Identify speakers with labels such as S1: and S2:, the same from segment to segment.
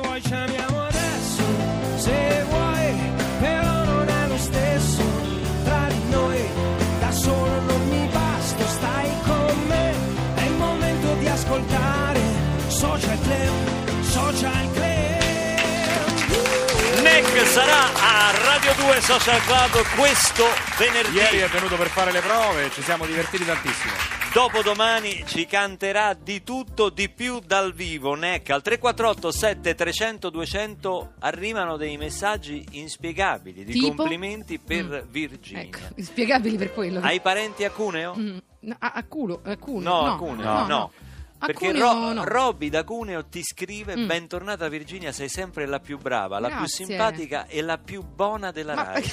S1: poi ci amiamo adesso, se vuoi, però non è lo stesso, tra di noi da solo non mi basto, stai con me, è il momento di ascoltare Social Club, Social Club.
S2: Neck sarà a Radio 2 Social Club questo venerdì.
S3: Ieri è venuto per fare le prove, ci siamo divertiti tantissimo.
S2: Dopodomani ci canterà di tutto, di più dal vivo. Neck al 348 7300 200 arrivano dei messaggi inspiegabili di
S4: Tipo?
S2: complimenti per Virginia.
S4: Ecco, spiegabili per quello.
S2: Hai parenti a Cuneo?
S4: Mm, no, a, a culo, a culo.
S2: No, a Cuneo no.
S4: A
S2: Perché
S4: Cuneo
S2: Ro-
S4: no.
S2: Robby da Cuneo ti scrive:
S4: Mm.
S2: Bentornata Virginia, sei sempre la più brava, la più
S4: Grazie.
S2: simpatica e la più buona della
S4: Ma-
S2: RAI.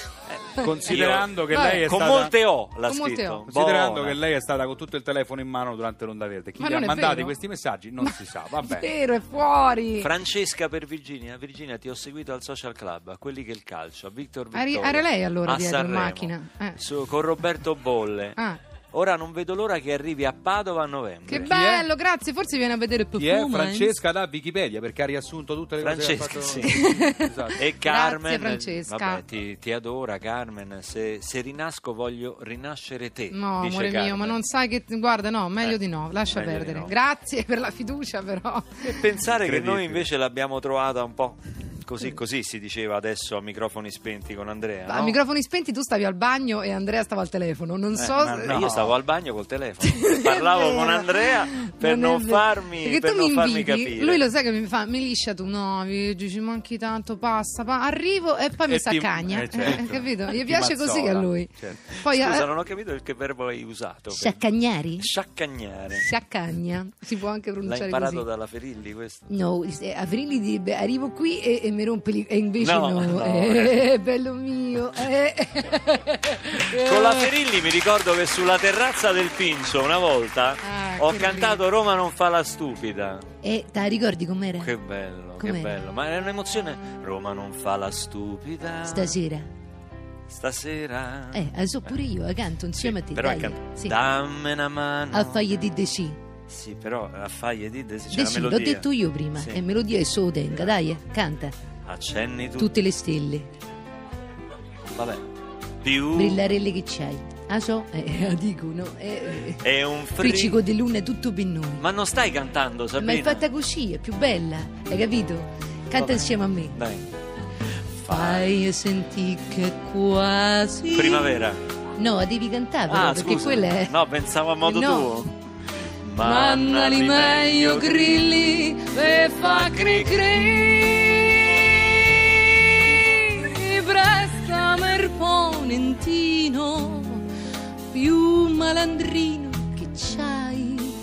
S2: Eh,
S3: Considerando che
S4: Vabbè.
S3: lei è
S2: io- con
S3: stata
S2: molte O Oh, l'ha
S4: Con molte
S2: scritto.
S4: O.
S3: Considerando
S2: Buona.
S3: che lei è stata con tutto il telefono in mano durante l'onda verde, chi
S4: Ma
S3: gli ha
S4: non è
S3: mandati
S4: vero.
S3: questi messaggi non si sa, va
S4: È
S3: bene.
S4: vero, è fuori.
S2: Francesca per Virginia, Virginia ti ho seguito al social club, a quelli che il calcio, a Victor
S4: Era-
S2: Vittorio.
S4: era lei allora
S2: a
S4: dietro in
S2: Sanremo,
S4: macchina? Eh.
S2: su- con Roberto Bolle.
S4: Ah,
S2: Ora non vedo l'ora che arrivi a Padova a novembre.
S4: che bello, grazie. Forse viene a vedere
S3: Chi è
S4: Performance.
S3: Francesca da Wikipedia perché ha riassunto tutte le
S2: Francesca,
S3: cose che ha
S2: sì.
S3: fatto. Esatto.
S2: E Carmen, eh,
S4: Francesca.
S2: vabbè, ti, ti adora Carmen, se, se rinasco voglio rinascere te.
S4: No,
S2: dice
S4: amore mio,
S2: Carmen.
S4: ma non sai che. Guarda, no, meglio
S2: Eh,
S4: di no, lascia
S2: meglio di
S4: perdere.
S2: no. Eh,
S4: Grazie per la fiducia, però.
S2: E pensare che
S3: Incredibile.
S2: noi invece l'abbiamo trovata un po' così così si diceva adesso a microfoni spenti con Andrea.
S4: A
S2: no?
S4: microfoni spenti tu stavi al bagno e Andrea stava al telefono. Non
S2: Eh,
S4: so.
S2: ma
S4: se-
S2: no, Io stavo al bagno col
S4: Non
S2: telefono,
S4: è
S2: parlavo
S4: vero.
S2: con Andrea per
S4: è
S2: non,
S4: vero.
S2: farmi,
S4: Perché
S2: per
S4: tu
S2: non
S4: mi
S2: farmi
S4: inviti,
S2: capire.
S4: Lui lo sai che mi fa, mi liscia tu, no, vi- ci manchi tanto, passa, pa- arrivo e poi mi
S3: E ti-
S4: saccagna.
S3: eh, certo.
S4: Eh, capito? Gli
S3: Ti
S4: piace
S3: mazzola.
S4: così che a lui.
S3: Certo.
S4: Poi
S2: Scusa,
S4: eh,
S2: non ho capito che verbo hai usato. per-
S4: sciaccagnari?
S2: Sciaccagnare.
S4: Sciaccagna, si può anche
S2: L'hai
S4: pronunciare
S2: imparato
S4: così.
S2: dalla Ferilli questo?
S4: No, eh, a Vrilli direbbe arrivo qui e, e mi rompe lì. E invece
S2: No,
S4: no,
S2: no.
S4: Eh, bello mio. eh.
S2: Con la Ferilli mi ricordo che sulla terrazza del Pincio una volta
S4: Ah,
S2: ho
S4: che
S2: cantato Roma non fa la stupida.
S4: E te la ricordi com'era?
S2: Che bello, che
S4: Com'era?
S2: bello. Ma è un'emozione. Roma non fa la stupida.
S4: Stasera.
S2: Stasera.
S4: Eh, adesso pure io, eh, canto insieme a te.
S2: però è
S4: dai,
S2: can-
S4: sì.
S2: Dammi una mano.
S4: A faglie di De Sì.
S2: Sì, però a faglie di desi c'è
S4: De
S2: la
S4: Sì, l'ho
S2: melodia.
S4: detto io prima.
S2: Sì.
S4: E melodia è solo tenga, dai, eh, canta.
S2: Accenni tu.
S4: Tutte le stelle,
S2: Vabbè. Più
S4: brillarelle che c'hai. Ah, so, eh, dicono. Eh, eh.
S2: è un
S4: friccico
S2: frigo.
S4: di luna è tutto per noi.
S2: Ma non stai cantando,
S4: Ma è
S2: Sabina?
S4: fatta così, è più bella, hai capito? Canta insieme a me.
S2: Dai.
S4: Fai sentire che quasi.
S2: Primavera.
S4: No, devi cantare Ah, però,
S2: Ah,
S4: perché
S2: scusa.
S4: quella è.
S2: No, pensavo a modo
S4: No.
S2: tuo.
S4: Mannali meglio
S2: grillo
S4: grilli e fa cri cri. Presta mer ponentino, più malandrino che c'hai.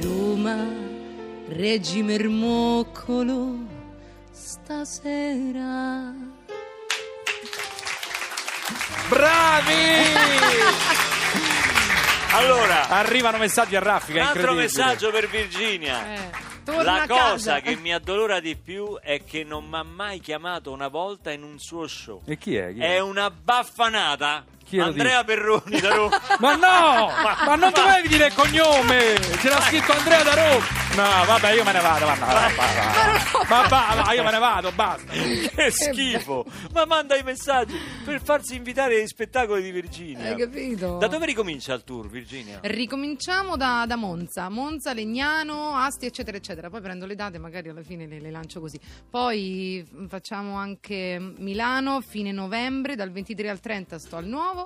S4: Roma, reggi mermoccolo, stasera.
S3: Bravi!
S2: Allora,
S3: Arrivano messaggi a raffica,
S2: un altro
S3: incredibile.
S2: messaggio per Virginia.
S4: Eh,
S2: La cosa che mi addolora di più è che non mi ha mai chiamato una volta in un suo show.
S3: E Eh, chi è? Chi è?
S2: È una baffanata.
S3: Chi lo
S2: Andrea Perroni da Roma.
S3: Ma no! Ma non dovevi dire il cognome! C'era scritto Andrea da Roma! No, vabbè, io me ne vado, guarda, va, va, va. Ma va, va, io me ne vado, basta!
S2: che schifo. Ma manda i messaggi per farsi invitare ai spettacoli di Virginia.
S4: Hai capito?
S2: Da dove ricomincia il tour, Virginia?
S4: Ricominciamo da, da Monza, Monza, Legnano, Asti, eccetera, eccetera. Poi prendo le date, magari alla fine le, le lancio così. Poi mm, facciamo anche Milano, fine novembre, dal 23 al 30 sto al nuovo.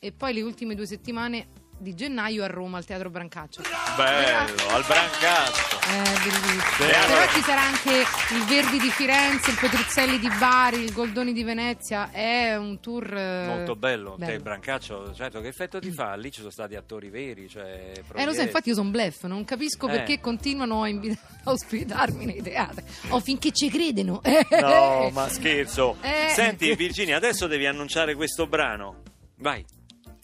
S4: E poi le ultime due settimane di gennaio a Roma, al Teatro Brancaccio.
S2: Bello, al Brancaccio.
S4: Eh, bellissimo.
S2: Beh, allora-
S4: Però ci sarà anche il Verdi di Firenze, il Petruzzelli di Bari, il Goldoni di Venezia. È un tour eh,
S2: Molto bello, te il Brancaccio, certo che effetto ti fa? Lì ci sono stati attori veri, cioè
S4: Eh, lo
S2: proietti.
S4: sai, infatti io sono blef, non capisco
S2: Eh.
S4: perché continuano a, invita- a ospitarmi nei teatri. O finché ci credono.
S2: Mm. No, ma scherzo.
S4: Eh.
S2: Senti Virginia, adesso devi annunciare questo brano. Vai.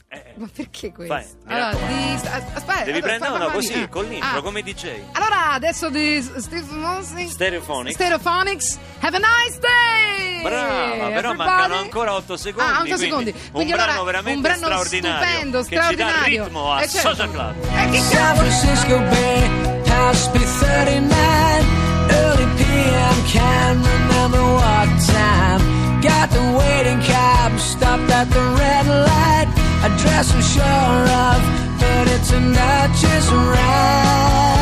S2: Eh,
S4: Ma perché questo?
S2: Vai, mi
S4: allora,
S2: raccomando.
S4: di- as- aspetta,
S2: devi
S4: allora,
S2: prendere
S4: fammi-
S2: una così,
S4: ah,
S2: con l'intro,
S4: ah.
S2: come DJ.
S4: Allora, adesso di S- Steve Monsi.
S2: Stereophonics.
S4: Stereophonics. Have a nice day!
S2: Brava, però
S4: everybody.
S2: mancano ancora 8 secondi.
S4: Ah, 8
S2: quindi
S4: secondi.
S2: Un
S4: Quindi
S2: brano
S4: allora,
S2: veramente
S4: un brano
S2: straordinario.
S4: stupendo,
S2: che ci dà il
S4: straordinario.
S2: ritmo a
S4: Eh, certo.
S2: Social Club.
S4: E che
S1: San Francisco Bay, House B39, early PM,
S5: not so sure of, but it's not just right.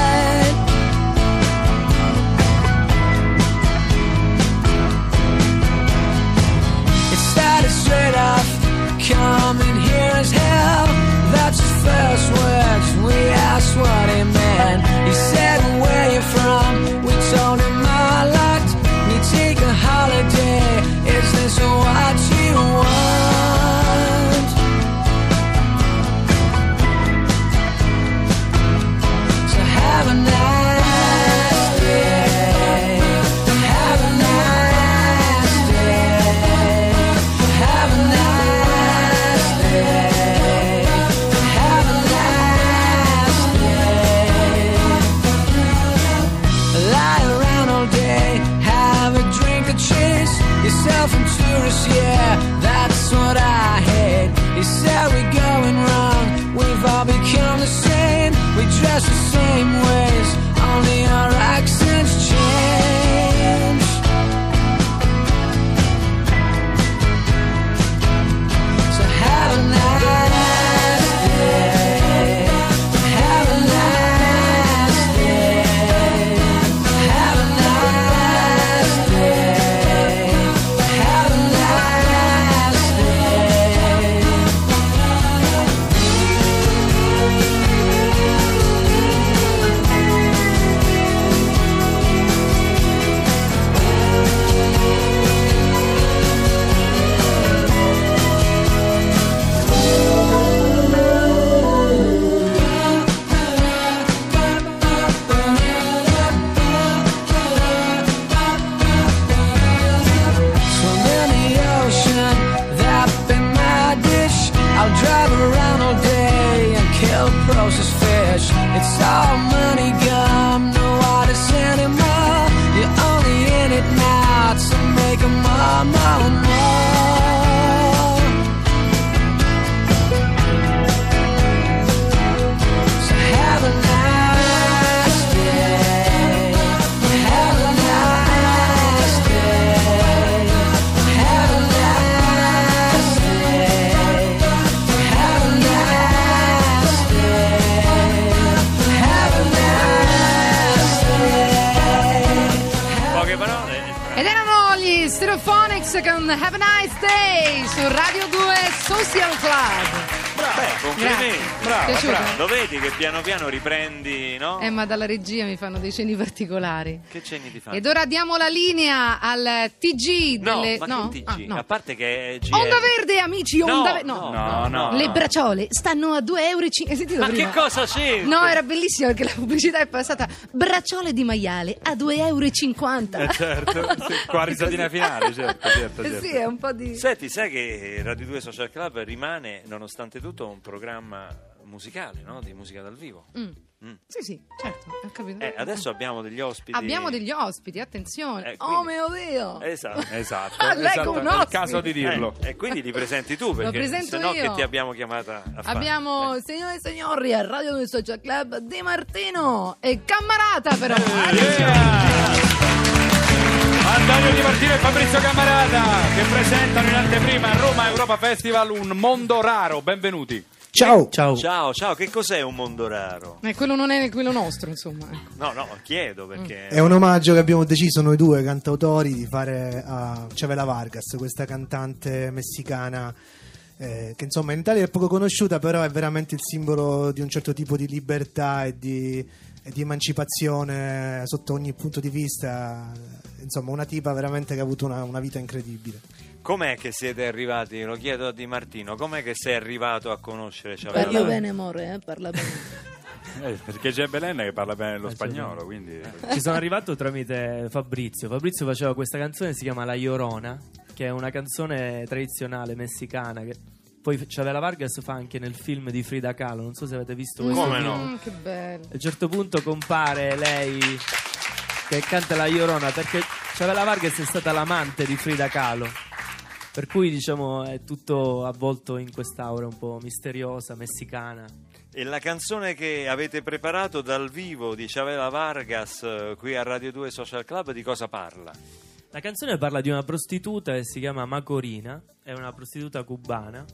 S5: It started straight off, coming here as hell. That's his first words. We asked what he meant. He said, Where you from? We told him our lot. You take a holiday. Is this what you want? So have a nice day. Have a nice day. Have a nice day. Have a nice day. Lie around all day, have a drink or chase yourself and tourists. Yeah, that's what I hate. You said we're going wrong. We've all become the same. We dress the same ways, only our accents change. So have a nice day. Have a nice day. Have a nice day. Have a nice day. Swim in the ocean, that be my dish. I'll drive around all day and kill processed fish. It's all money gum, no artists anymore. You're only in it now to make 'em all, more, more. So have a nice day. Have a nice day. Have a nice day. Have a nice day. Have a nice day.
S2: Poche parole.
S4: Ed erano gli Stereophonics con Have a Nice Day su Radio 2 Social Club.
S2: Bravo. Beh, complimenti.
S3: Brava,
S4: Piaciuto?
S3: brava.
S2: Lo vedi che piano piano riprendi, no?
S4: Eh, ma dalla regia mi fanno dei cenni particolari.
S2: Che cenni ti fanno?
S4: Ed ora diamo la linea al TG
S2: No,
S4: delle...
S2: ma che TG?
S4: Ah, no.
S2: A parte che è GR.
S4: Onda Verde, amici,
S2: No,
S4: Onda Verde...
S2: no,
S3: No, no.
S4: Le bracciole stanno a 2,50 euro. Hai sentito
S2: Ma
S4: prima?
S2: che cosa c'è?
S4: No, era bellissimo perché la pubblicità è passata. Bracciole di maiale a 2,50 euro.
S3: Eh, certo, sì, con la risatina finale, certo, certo, certo.
S4: Eh, Sì, è un po' di...
S2: Senti, sai che Radio 2 Social Club rimane, nonostante tutto, un programma musicale, no? Di musica dal vivo.
S4: Mm.
S2: Mm.
S4: Sì, sì, certo, ho capito.
S2: Eh, adesso abbiamo degli ospiti.
S4: Abbiamo degli ospiti, attenzione.
S2: Eh, quindi-
S4: Oh mio Dio!
S2: Esatto.
S3: Esatto,
S4: Ah, lei
S3: esatto,
S4: con
S3: è il
S4: ospite.
S3: caso di dirlo.
S2: Eh, e quindi li presenti tu
S4: Lo
S2: perché
S4: presento
S2: se no
S4: io.
S2: che ti abbiamo chiamata a fare.
S4: Abbiamo,
S2: Eh.
S4: signore e signori, a Radio 2 Social Club Di Martino e Cammarata però.
S2: Eh.
S3: Antonio Di Martino e Fabrizio Camarata che presentano in anteprima a Roma Europa Festival un mondo raro. Benvenuti. Eh,
S6: Ciao. Ciao.
S2: Ciao, ciao, che cos'è un mondo raro?
S4: Eh, quello non è quello nostro, insomma. ecco.
S2: No, no, chiedo perché
S6: Mm. È un omaggio che abbiamo deciso noi due cantautori di fare a Chavela Vargas, questa cantante messicana eh, che insomma in Italia è poco conosciuta, però è veramente il simbolo di un certo tipo di libertà e di, e di emancipazione sotto ogni punto di vista. Insomma, una tipa veramente che ha avuto una, una vita incredibile.
S2: com'è che siete arrivati? Lo chiedo a Di Martino, com'è che sei arrivato a conoscere Chavela?
S4: Parla bene, amore, eh, parla bene.
S3: Eh, perché c'è Belenna che parla bene lo
S6: Eh,
S3: spagnolo, quindi...
S7: Ci sono arrivato tramite Fabrizio. Fabrizio faceva questa canzone, si chiama La Llorona, che è una canzone tradizionale messicana che poi Chavela Vargas fa anche nel film di Frida Kahlo, non so se avete visto questo
S2: Come
S7: film.
S2: no?
S4: Mm, che bello.
S7: A un certo punto compare lei che canta La Llorona perché Chavela Vargas è stata l'amante di Frida Kahlo. Per cui diciamo è tutto avvolto in quest'aura un po' misteriosa, messicana.
S2: E la canzone che avete preparato dal vivo di Chavela Vargas eh, qui a Radio 2 Social Club di cosa parla?
S7: La canzone parla di una prostituta che si chiama Macorina, è una prostituta cubana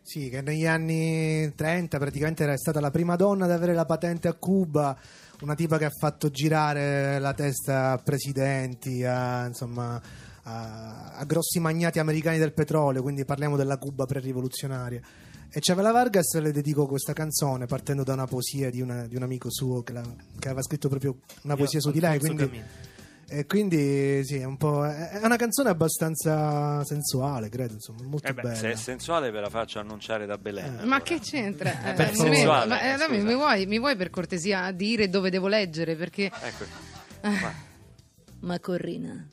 S6: Sì, che negli anni 30 praticamente era stata la prima donna ad avere la patente a Cuba, una tipa che ha fatto girare la testa a presidenti, a, insomma, a, a grossi magnati americani del petrolio, quindi parliamo della Cuba pre-rivoluzionaria. E Chavela Vargas le dedico questa canzone partendo da una poesia di, una- di un amico suo che, la- che aveva scritto proprio una poesia su di lei,
S3: Alfonso
S6: quindi...
S3: Camino.
S6: E quindi sì, è, un po', è è una canzone abbastanza sensuale, credo, insomma, molto
S8: Eh beh,
S6: bella.
S2: Se è sensuale ve la faccio annunciare da Belen.
S6: Eh.
S4: Ma
S2: allora.
S4: che c'entra?
S6: per
S4: un momento,
S6: sensuale,
S4: ma, eh,
S2: eh,
S4: dammi,
S2: scusa.
S4: mi, vuoi, mi vuoi per cortesia dire dove devo leggere? Perché.
S3: Eh,
S2: Ecco.
S4: Ah.
S2: Ma,
S9: Ma Corrina,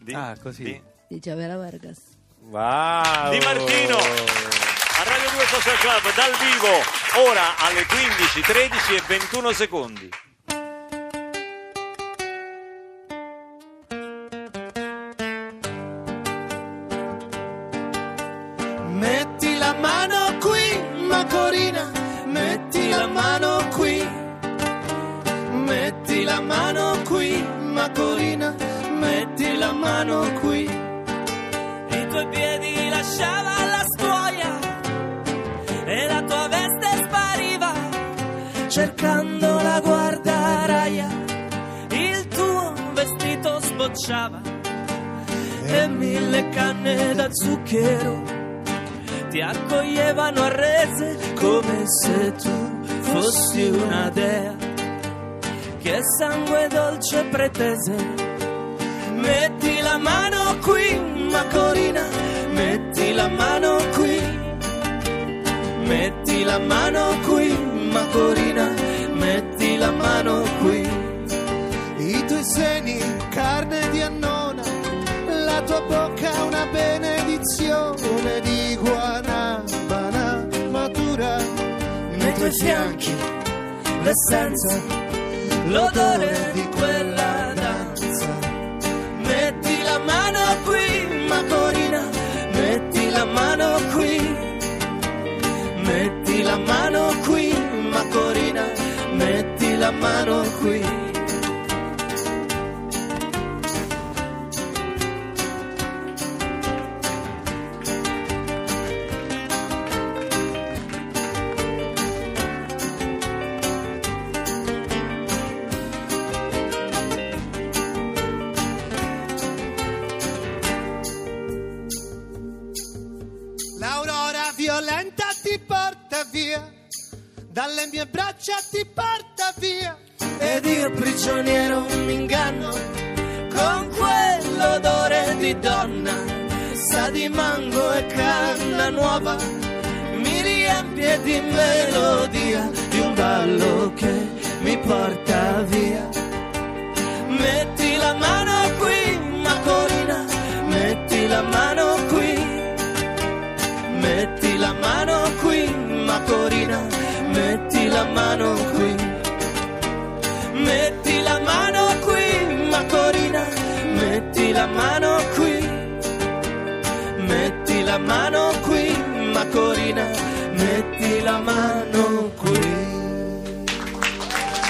S2: di,
S3: Ah, così.
S2: Di,
S9: di Giavera Vargas.
S8: Wow.
S2: Di Martino. A Radio 2 Social Club dal vivo, ora alle 15, 13 e 21 secondi.
S10: Metti la mano qui, Macorina, metti la mano qui. Metti la mano qui, Macorina, metti la mano qui. I tuoi piedi lasciava la scuoia e la tua veste spariva. Cercando la guardaraia, il tuo vestito sbocciava e mille canne da zucchero ti accoglievano a rese come se tu fossi una dea che sangue dolce pretese metti la mano qui Macorina metti la mano qui metti la mano qui Macorina metti la mano qui i tuoi seni, carne di annona, la tua bocca una benedizione di guanabana matura. Nei tuoi fianchi, l'essenza, l'odore di quella danza. Metti la mano qui, Macorina, metti la mano qui. Metti la mano qui, Macorina, metti la mano qui. L'aurora violenta ti porta via, dalle mie braccia ti porta via. Ed io prigioniero mi inganno con quell'odore di donna, sa di mango e canna nuova, mi riempie di melodia, di un ballo che mi porta via. Metti la mano qui, Macorina, metti la mano qui. Metti la mano qui, Macorina, metti la mano qui. Metti la mano qui, Macorina, metti la mano qui. Metti la mano qui, Macorina, metti la mano qui.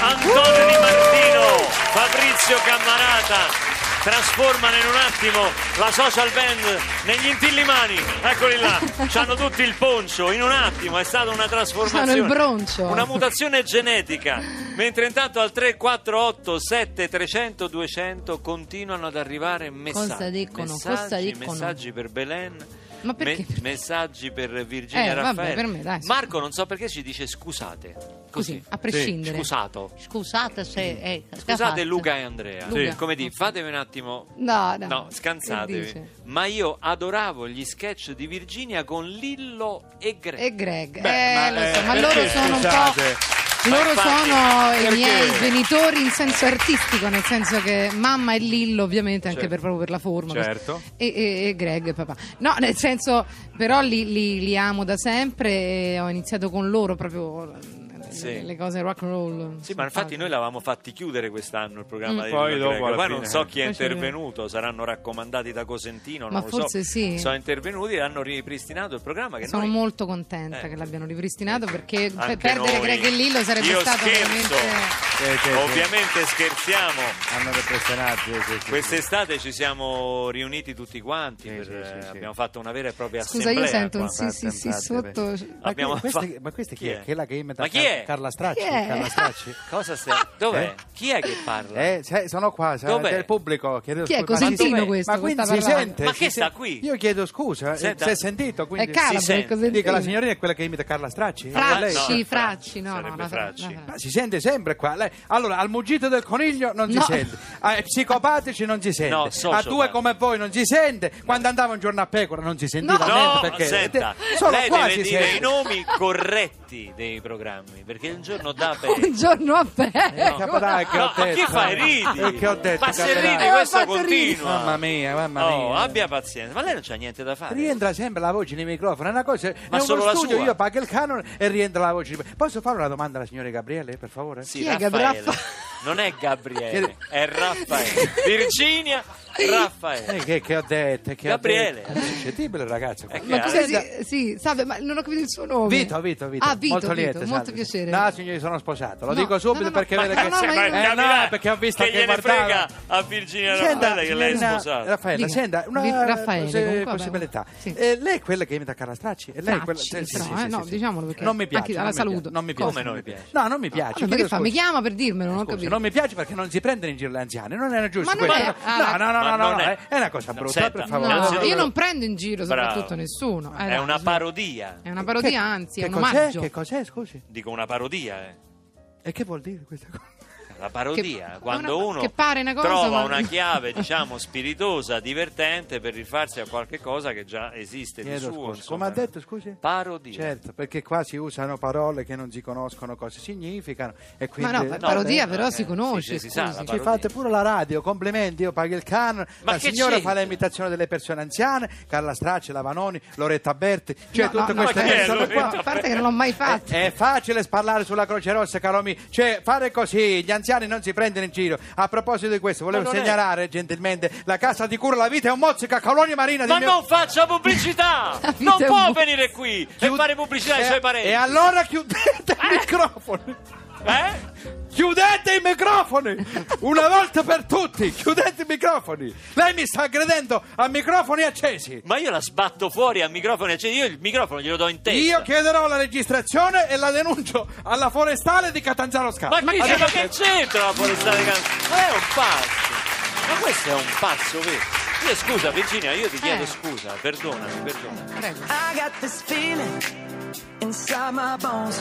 S2: Antonio Di Martino, Fabrizio Cammarata trasformano in un attimo la social band negli intillimani. Eccoli là, hanno tutti il poncio in un attimo, è stata una trasformazione.
S4: C'hanno il broncio.
S2: Una mutazione genetica. Mentre intanto al 348 7300 200 continuano ad arrivare messaggi.
S4: Cosa dicono?
S2: messaggi,
S4: Cosa dicono?
S2: messaggi per Belen.
S4: Ma perché?
S2: messaggi per Virginia
S4: Eh, vabbè,
S2: Raffaele.
S4: per me, dai, sì.
S2: Marco non so perché ci dice scusate. Così,
S4: Così, a prescindere.
S2: scusato.
S9: Scusate se... eh, che
S2: Scusate
S9: fate?
S2: Luca e Andrea,
S4: Luca.
S2: Sì. come dire, fatemi un attimo.
S4: No, no.
S2: No,
S4: Che
S2: scansatevi.
S4: dice?
S2: Ma io adoravo gli sketch di Virginia con Lillo e Greg.
S4: E Greg,
S8: Beh,
S4: eh,
S8: ma,
S4: lo so,
S8: eh,
S4: ma
S8: perché,
S4: loro sono
S8: scusate?
S4: un po'. Loro
S2: infatti,
S4: sono
S8: perché?
S4: i miei genitori in senso artistico, nel senso che mamma e Lillo, ovviamente, anche
S8: Certo.
S4: per, proprio per la forma.
S8: Certo.
S4: E, e- e Greg, papà. No, nel senso, però li, li- li amo da sempre e ho iniziato con loro proprio le,
S2: Sì.
S4: Eh, le cose rock and roll.
S2: Sì, ma infatti noi l'avevamo fatti chiudere quest'anno il programma
S4: Mm.
S2: di
S8: Poi
S2: Lillo e
S8: dopo,
S2: Greg.
S8: alla
S2: Poi
S8: fine,
S2: non so
S8: eh.
S2: chi è
S4: Poi c'è-
S2: intervenuto, saranno raccomandati da Cosentino,
S4: Ma
S2: non
S4: forse
S2: lo so.
S4: sì.
S2: Sono intervenuti e hanno ripristinato il programma che
S4: Sono
S2: noi-
S4: molto contenta
S2: Eh.
S4: che l'abbiano ripristinato perché
S2: Anche
S4: Cioè, perdere
S2: noi.
S4: Greg e Lillo sarebbe
S2: Io
S4: stato
S2: scherzo.
S4: veramente.
S3: Sì, sì, sì.
S2: Ovviamente scherziamo.
S3: Hanno repressionato. sì, sì, sì.
S2: Quest'estate ci siamo riuniti tutti quanti,
S3: Sì,
S2: per,
S3: sì, sì,
S2: eh,
S3: sì.
S2: abbiamo fatto una vera e propria
S4: Scusa, io
S2: assemblea.
S4: sento un
S2: qua.
S4: sì, sì, sì
S3: Guardate,
S4: sotto.
S2: Ah, Abbiamo
S3: Ecco, ma, questa,
S2: fatto-
S3: ma questa chi
S2: Chi
S3: è?
S2: è?
S3: Che è la che imita
S2: Ma chi è?
S3: Carla Stracci.
S4: Chi è?
S3: Carla Stracci.
S2: Cosa stai? Dov'è? Chi è che parla?
S3: Eh, sai, sono qua, c'è
S2: Dov'è?
S3: del pubblico. Chiedo
S4: Chi è?
S3: scusa.
S4: Cosentino
S3: Ma dov'è?
S4: questo
S3: Ma
S4: che
S3: quindi
S4: sta
S3: si
S4: parlando?
S3: sente?
S2: Ma
S3: si
S2: che sta
S3: sente?
S2: qui?
S3: Io chiedo scusa, eh,
S2: Senta.
S3: si è sentito? Quindi...
S4: È calabro,
S2: si sente.
S4: è così.
S3: Dica, la signorina è quella che imita Carla Stracci?
S4: Fracci,
S3: Lei-
S2: No, è
S4: fracci,
S2: Fracci,
S4: no, no,
S2: sarebbe
S4: no,
S2: Fracci.
S4: no, no.
S3: Ma si sente sempre qua. Lei- Allora, al mugito del coniglio non si
S4: No.
S3: sente, ai psicopatici non si sente,
S2: No, sociopath.
S3: a due come voi non si sente. Quando andava un giorno a pecora non si sentiva
S4: No.
S2: No,
S3: niente perché
S2: senta,
S3: solo
S2: lei
S3: qua
S2: deve
S3: si
S2: dire
S3: sente.
S2: i nomi corretti dei programmi, perché un giorno da
S4: Un
S2: per...
S4: giorno a
S3: Eh,
S4: pecora.
S3: Capodanno, che ho
S2: No, ma chi
S3: detto?
S2: fa i ridi?
S3: Eh, che ho detto?
S2: Ma se
S3: Capodanno?
S2: ridi
S4: Eh,
S2: questo
S4: ho fatto ridere.
S2: continua.
S3: Mamma mia, mamma mia.
S2: Oh, abbia pazienza, ma lei non c'ha niente da fare.
S3: Rientra sempre la voce nei microfoni, è una cosa.
S2: Ma
S3: è uno
S2: solo la
S3: studio,
S2: sua?
S3: io pago il canone e rientra la voce. Posso fare una domanda alla signora Gabriele, per favore?
S2: Sì,
S4: Chi è Gab-
S2: Raffaele.
S4: Raffa-
S2: Non è Gabriele, è Raffaele. Virginia
S3: Eh,
S2: Raffaele.
S3: che, che ho detto? Che ho
S2: Gabriele.
S3: detto? È suscettibile, ragazzo.
S2: Eh,
S4: Ma
S2: che
S4: scusa, sì, sì, salve, ma non ho capito il suo nome.
S3: Vito, Vito, Vito.
S4: Ah, Vito,
S3: molto
S4: Vito,
S3: lieto,
S4: molto
S3: salve.
S4: piacere.
S3: No, signori, sono sposato. Esatto, Lo
S4: No,
S3: dico subito
S4: no, no, no,
S3: perché
S4: ma-
S3: vede
S4: ma
S3: che
S4: no, ma io-
S3: Eh, no, perché ho visto che,
S2: gliene
S3: guardava.
S2: frega a Virginia
S3: Senta,
S2: Raffaele che lei è
S3: signorina
S2: sposata.
S3: Raffaella,
S4: Dica.
S3: senta, una
S4: Di- Raffaele,
S3: eh,
S4: comunque, vabbè.
S3: possibilità.
S4: Sì.
S3: Eh, lei è quella che imita Carastracci? E lei è quella...
S4: Stracci, però, eh, no, diciamolo perché-
S3: Non mi piace.
S4: Anche io
S3: non
S4: la
S3: mi piace,
S4: saluto.
S3: Non mi piace.
S2: Come non
S3: mi
S2: mi piace?
S3: No, non mi piace.
S4: Allora, ma che
S3: chiedo
S4: fa? Mi
S3: scusa.
S4: chiama Ah, per dirmelo, non ho
S3: Scusi,
S4: capito.
S3: non mi piace perché non si prendono in giro gli anziani, non era giusto.
S4: Ma non
S3: quello.
S4: è- ah,
S3: no, no, no, no,
S2: Ma
S3: no,
S2: non è-
S3: eh, è una cosa
S2: No,
S3: brutta,
S2: senta,
S3: per
S4: No,
S3: favore. Eh,
S2: Innanzitutto-
S4: io non prendo in giro
S2: Bravo.
S4: soprattutto nessuno.
S3: Ah,
S4: Eh,
S2: È
S4: dai,
S2: una
S4: su.
S2: parodia.
S4: È una parodia, anzi, è
S3: Che
S4: un
S3: cos'è?
S4: omaggio.
S3: Che cos'è, scusi?
S2: Dico una parodia, eh.
S3: E che vuol dire questa cosa?
S2: La parodia,
S4: Che-
S2: quando
S4: una-
S2: uno
S4: che pare una cosa,
S2: trova
S4: ma-
S2: una chiave, diciamo, spiritosa, divertente per rifarsi a qualche cosa che già esiste di
S3: Chiedo
S2: suo.
S3: scusa. Come
S2: insomma.
S3: ha detto, scusi?
S2: Parodia.
S3: Certo, perché qua si usano parole che non si conoscono cosa significano e
S4: Ma
S3: quindi
S4: no, per parodia però
S2: eh,
S4: si
S2: sì,
S4: conosce,
S2: sì, si sa,
S4: scusi.
S2: la
S3: Ci fate pure la radio, complimenti, io pago il canone,
S2: Ma
S3: la
S2: che
S3: signora
S2: c'entra?
S3: fa l'imitazione delle persone anziane, Carla Stracci, la Vanoni, Loretta Berti, cioè
S4: No,
S3: tutte
S4: no,
S3: queste
S2: ma chi è
S3: persone
S2: Loretta
S3: qua. Eh,
S4: A parte che non l'ho mai fatto.
S3: È facile sparlare sulla Croce Rossa, caro amico. Cioè, fare così, gli anziani non si prendono in giro. A proposito di questo, volevo
S2: Ma non è-
S3: segnalare gentilmente la casa di cura La Vita è un mozzica a Colonia Marina di
S2: Ma
S3: mio-
S2: non faccia pubblicità!
S4: vita
S2: non
S4: è
S2: può
S4: un-
S2: venire qui e
S3: Chiud-
S2: fare pubblicità ai
S3: Eh,
S2: suoi parenti.
S3: E allora chiudete i microfoni.
S2: Eh?
S3: Chiudete i microfoni! Una volta per tutti, chiudete i microfoni! Lei mi sta aggredendo a microfoni accesi!
S2: Ma io la sbatto fuori al microfono, cioè io il microfono glielo do in testa.
S3: Io chiederò la registrazione e la denuncio alla forestale di Catanzaro Scala.
S2: Ma, che- ma che c'entra la forestale di Canzano? Ma è un pazzo! Ma questo è un pazzo vero? Io scusa Virginia, io ti chiedo
S4: Eh.
S2: scusa, perdonami, perdonami.
S4: Prego.
S1: I got this feeling inside my bones.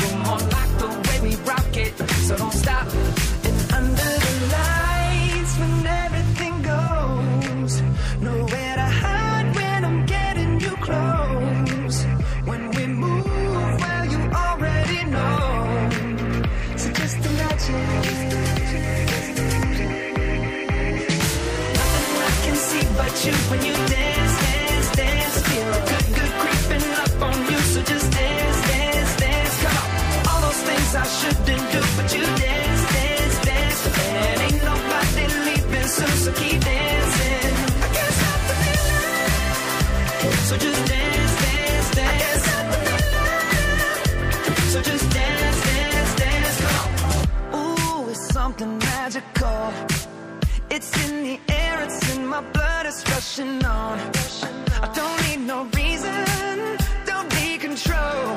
S1: You're more like the way we rock it, so don't stop. And under the lights when everything goes, nowhere to hide when I'm getting you close. When we move, well you already know. So just imagine. Nothing I can see but you when you dance, dance, dance. Feel a good, good creeping up on you. So just dance, dance, dance. Come on. All those things I shouldn't do, but you dance, dance, dance. And ain't nobody leaving soon, so keep dancing. I can't stop the feeling. So just dance, dance, dance. I can't stop the feeling. So just dance, dance, dance. Come on. Ooh, it's something magical. It's in the air, it's in my blood, it's rushing on. I don't need no reason, don't be control.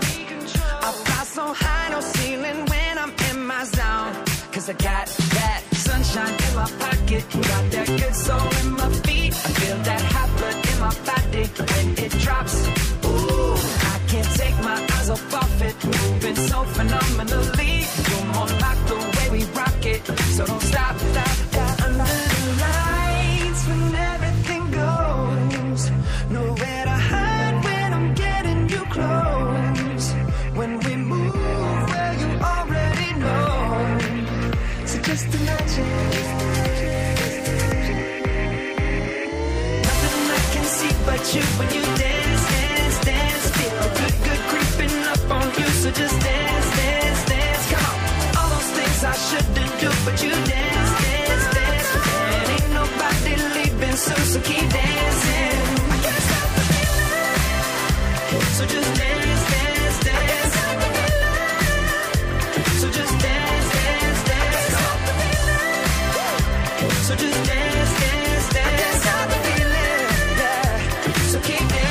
S1: I fly so high, no ceiling when I'm in my zone. Cause I got that sunshine in my pocket, got that good soul in my feet. I feel that hot blood in my body when it drops. Ooh, I can't take my eyes off of it, moving so phenomenally. You're more like the way we rock it, so don't stop. stop, stop. Under the lights when everything goes, nowhere to hide when I'm getting you close. When we move, well you already know. So just imagine. So just dance, dance, dance. Come on. All those things I shouldn't do, but you dance, dance, dance. And ain't nobody leaving soon, so keep dancing. I can't stop the feeling. So just dance, dance, dance. So just dance, dance, dance. Come on. So just dance, dance, dance. I can't stop the feeling. Yeah. So keep dancing.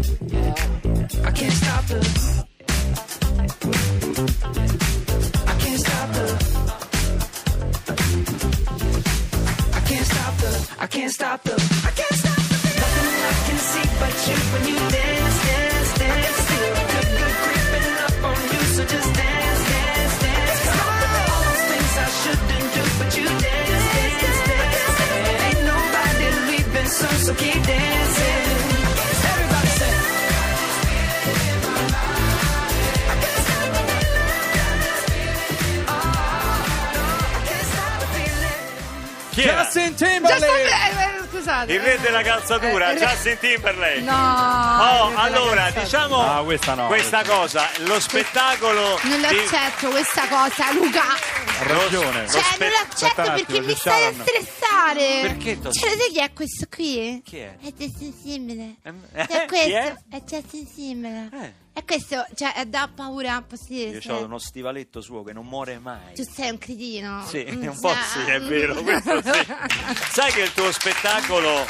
S1: I can't stop the I can't stop the I can't stop the I can't stop the I can't stop the Nothing I can see but you when you dance, dance, dance Feel good, good creeping up on you So just dance, dance, dance Come on. All those things I shouldn't do But you dance, dance, dance And ain't nobody leaving soon So keep dancing Everybody say
S2: Chi era?
S4: Già
S11: Justin
S4: sta-
S11: Timberlake!
S4: eh, eh, scusate.
S2: Il re della calzatura,
S4: Eh,
S2: Justin Timberlake.
S4: No. il
S2: Oh,
S4: re della
S2: allora,
S4: calzatura.
S2: diciamo
S3: No, questa no,
S2: questa cosa, lo spettacolo
S12: Non
S2: di-
S12: l'accetto questa cosa, Luca.
S3: Ha ragione.
S12: Cioè,
S2: spe-
S12: non l'accetto
S3: aspetta un
S12: perché
S3: attimo,
S12: mi
S3: c'è
S12: stai a
S3: Sharon.
S12: stressare.
S2: Perché t'ho-
S12: Cioè, lo sai chi è questo qui?
S2: Chi è?
S12: È Justin simile.
S2: Ehm, eh,
S12: È
S2: chi è?
S12: questo, è Justin simile.
S2: Eh.
S12: È questo, cioè, da paura, posso dire.
S2: Io
S12: se-
S2: ho uno stivaletto suo che non muore mai.
S12: Tu sei un cretino.
S2: Sì,
S12: Mm,
S2: un po'
S12: sa-
S2: sì, è vero, questo sì. Sai che il tuo spettacolo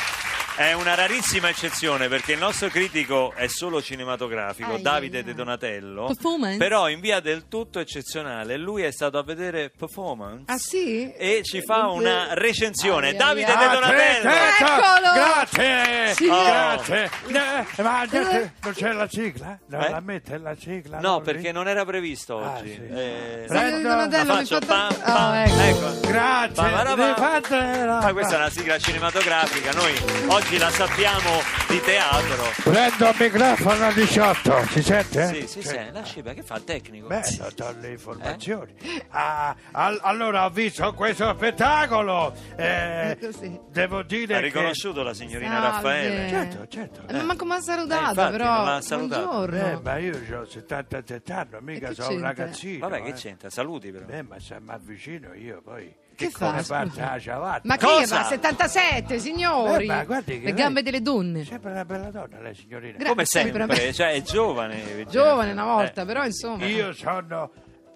S2: è una rarissima eccezione perché il nostro critico è solo cinematografico,
S12: Ai, ai,
S2: Davide
S12: ai.
S2: De Donatello.
S4: Performance?
S2: Però in via del tutto eccezionale, lui è stato a vedere performance.
S4: Ah sì?
S2: E ci fa una recensione.
S4: Ai, ai, ai.
S2: Davide De
S11: Grazie,
S2: Donatello.
S11: Ah,
S4: Eccolo!
S11: Grazie!
S4: Sì.
S2: Oh.
S11: Grazie! Eh, Ma niente, non c'è la sigla? No,
S2: Eh?
S11: la mette la sigla?
S2: No,
S11: lì?
S2: perché non era previsto
S11: Ah,
S2: oggi.
S11: sì.
S2: Eh,
S11: Sì.
S4: Davide Donatello
S2: la
S4: mi
S2: faccio,
S4: fa tanto-
S2: pam,
S1: Ah,
S2: pam,
S4: Oh, ecco.
S11: Grazie!
S2: Ma va, va, va.
S11: devi fare la-
S2: Ma questa è una sigla cinematografica, noi oggi la sappiamo di teatro.
S11: Prendo il microfono a 18, si sente?
S2: Sì, sì, sì, lasci beh, che fa il tecnico?
S11: Bello, do le informazioni. Ah, al- allora ho visto questo spettacolo. eh,
S4: Così.
S11: devo dire
S2: Ha
S11: che-
S2: riconosciuto la signorina
S4: Salve.
S2: Raffaele.
S11: Certo, certo.
S4: Eh, Ma come ha salutato,
S2: Eh, infatti,
S4: però?
S2: non l'ha salutato.
S11: Eh,
S4: Buongiorno.
S11: ma io ho 77 anni, mica
S4: Eh, che
S11: sono un
S4: c'entra?
S11: ragazzino.
S2: Vabbè, che
S11: eh.
S2: c'entra? Saluti però.
S11: Eh, ma se mi avvicino io poi.
S4: Che fa,
S11: Come
S4: scusa?
S11: parte la ciabatta?
S4: Ma che
S2: Cosa?
S4: va? 77, signori!
S11: Eh, ma guardi che
S4: Le
S11: lei-
S4: gambe delle donne.
S11: Sempre una bella donna lei, signorina.
S4: Grazie.
S2: Come sempre,
S4: sicuramente.
S2: cioè è giovane. Virginia.
S4: Giovane una volta,
S2: Eh,
S4: però insomma.
S11: Io sono...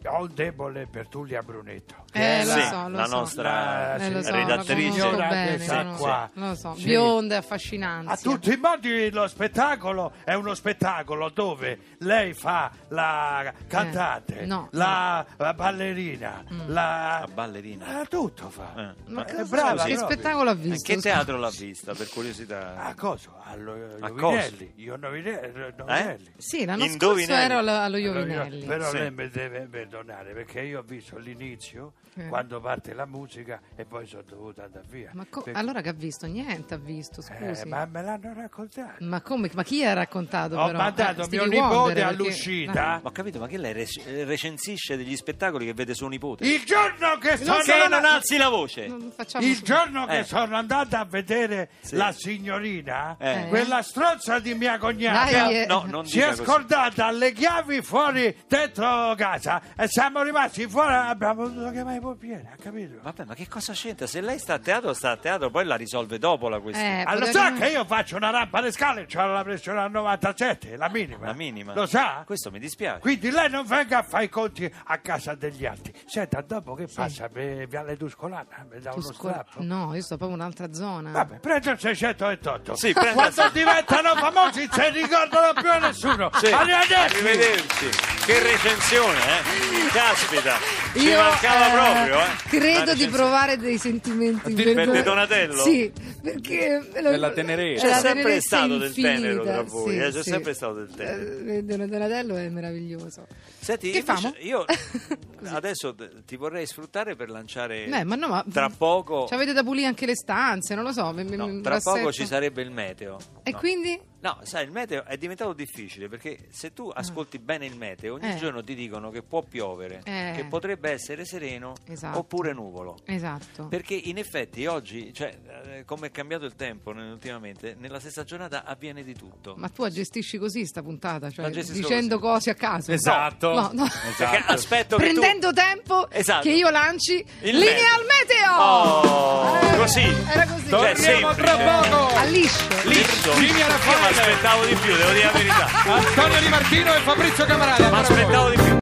S11: Ho un debole per Tullia Brunetto.
S4: Eh, lo
S2: sì,
S4: so, lo
S2: la
S4: so.
S2: nostra
S11: Eh, lo so,
S4: la
S2: redattrice.
S4: conosco
S11: Signora che
S4: bene,
S11: sta
S4: la
S11: qua.
S4: conosco. Lo so,
S11: Sì. Ah,
S4: bionda e affascinante.
S11: A tutti i modi lo spettacolo è uno spettacolo dove lei fa la cantante,
S4: Eh, no, Mm.
S11: la, la ballerina, la...
S2: La ballerina.
S11: Ah, tutto fa.
S2: Eh.
S4: Ma
S11: È
S4: cosa-
S11: brava
S4: che
S11: proprio.
S4: spettacolo ha
S2: Eh,
S4: visto?
S2: Che teatro l'ha vista, per curiosità?
S11: A cosa? Allo eh,
S2: A
S11: Iovinelli. Io Novinelli. eh, Novinelli.
S4: Sì, l'anno scorso
S2: Indovinelli.
S4: ero allo, allo
S11: Allora, io-
S4: Iovinelli.
S11: però
S2: Sì.
S11: lei mi deve perdonare perché io ho visto l'inizio
S4: Eh.
S11: quando parte la musica e poi sono dovuta andare via.
S4: Ma co-
S11: Perché-
S4: allora che ha visto? Niente ha visto,
S11: Eh,
S4: scusi.
S11: ma me l'hanno raccontato.
S4: Ma come? Ma chi ha raccontato
S11: Ho
S4: però?
S11: mandato
S4: Eh,
S11: mio
S4: Stevie
S11: nipote
S4: Wonder, perché- Eh.
S11: all'uscita.
S2: Ma ho capito, ma che lei rec- recensisce degli spettacoli che vede suo nipote?
S11: Certo. Il giorno che sono
S2: Che non
S11: andato-
S2: alzi la voce!
S4: Dai, non facciamo
S11: il giorno che
S2: Eh.
S11: sono andata a vedere
S2: Sì.
S11: la signorina,
S2: Eh.
S11: quella strozza di mia cognata
S4: Dai, eh.
S2: No, non
S11: si è
S2: dica così.
S11: scordata le chiavi fuori dentro casa e siamo rimasti fuori. Abbiamo dovuto chiamare i pompieri, ha capito?
S2: Vabbè, ma che cosa c'entra? Se lei sta a teatro, sta a teatro, poi la risolve dopo la questione.
S4: Eh,
S11: Allora
S4: poteva-
S11: sa che io faccio una rampa alle scale, c'ho la pressione a 97, la minima.
S2: La minima.
S11: Lo sa?
S2: Questo mi dispiace.
S11: Quindi lei non venga a fare i conti a casa degli altri. Senta, dopo che passa per Viale Tuscolana, mi dà
S4: Tu
S11: uno
S4: scor-
S11: strappo.
S4: No, io sto proprio in un'altra zona.
S11: Vabbè, prendo il 608.
S2: Sì, prenda il
S11: Quando
S2: 608.
S11: diventano famosi non si ricordano più a nessuno.
S2: Sì,
S11: Ah, Arrivederci.
S2: Arrivederci. Che recensione, eh? Caspita, ci
S4: Io,
S2: mancava
S4: eh,
S2: proprio, eh? La
S4: Credo di
S2: recensione.
S4: provare dei sentimenti
S2: Per De
S4: inverno-
S2: Donatello?
S4: Sì, perché Cioè,
S7: Della tenerezza.
S2: C'è
S4: la
S2: sempre
S4: tenerezza
S2: stato del
S4: infinita,
S2: tenero tra voi,
S4: sì,
S2: eh, c'è
S4: sì.
S2: sempre stato del tenero.
S4: Eh, De Donatello è meraviglioso.
S2: Senti,
S4: Che
S2: invece,
S4: famo?
S2: Cioè, io
S4: Così.
S2: adesso t- ti vorrei sfruttare per lanciare
S4: Beh, ma no, ma
S2: tra poco,
S4: Ci avete da pulire anche le stanze, non lo so. mi- mi-
S2: no,
S4: mi
S2: tra poco
S4: rassetto.
S2: ci sarebbe il meteo.
S4: E
S2: No.
S4: quindi?
S2: No, sai, il meteo è diventato difficile perché se tu ascolti bene il meteo, ogni
S4: Ah. Eh.
S2: giorno ti dicono che può piovere,
S4: Eh.
S2: che potrebbe potrebbe essere sereno
S4: Esatto.
S2: oppure nuvolo.
S4: Esatto.
S2: Perché in effetti oggi, cioè, eh, come è cambiato il tempo ne- ultimamente, nella stessa giornata avviene di tutto.
S4: Ma tu la gestisci così sta puntata, cioè
S2: La gestisco
S4: dicendo
S2: così.
S4: cose a caso.
S3: Esatto.
S4: No, no.
S2: Perché aspetto che tu-
S4: Prendendo tempo
S2: Esatto.
S4: che io lanci
S2: Il
S4: linea
S2: meteo.
S4: al meteo.
S2: Oh,
S4: Eh,
S2: così.
S4: Era così.
S2: Cioè,
S4: Cioè,
S2: sì.
S11: Torniamo tra poco!
S4: a liscio.
S2: Liscio.
S3: Jimmy
S2: Io mi
S3: Raffaele.
S2: aspettavo di più, devo dire la verità.
S11: Antonio Di Martino e Fabrizio Camarada.
S2: Ma
S11: Tra poco.
S2: aspettavo di più.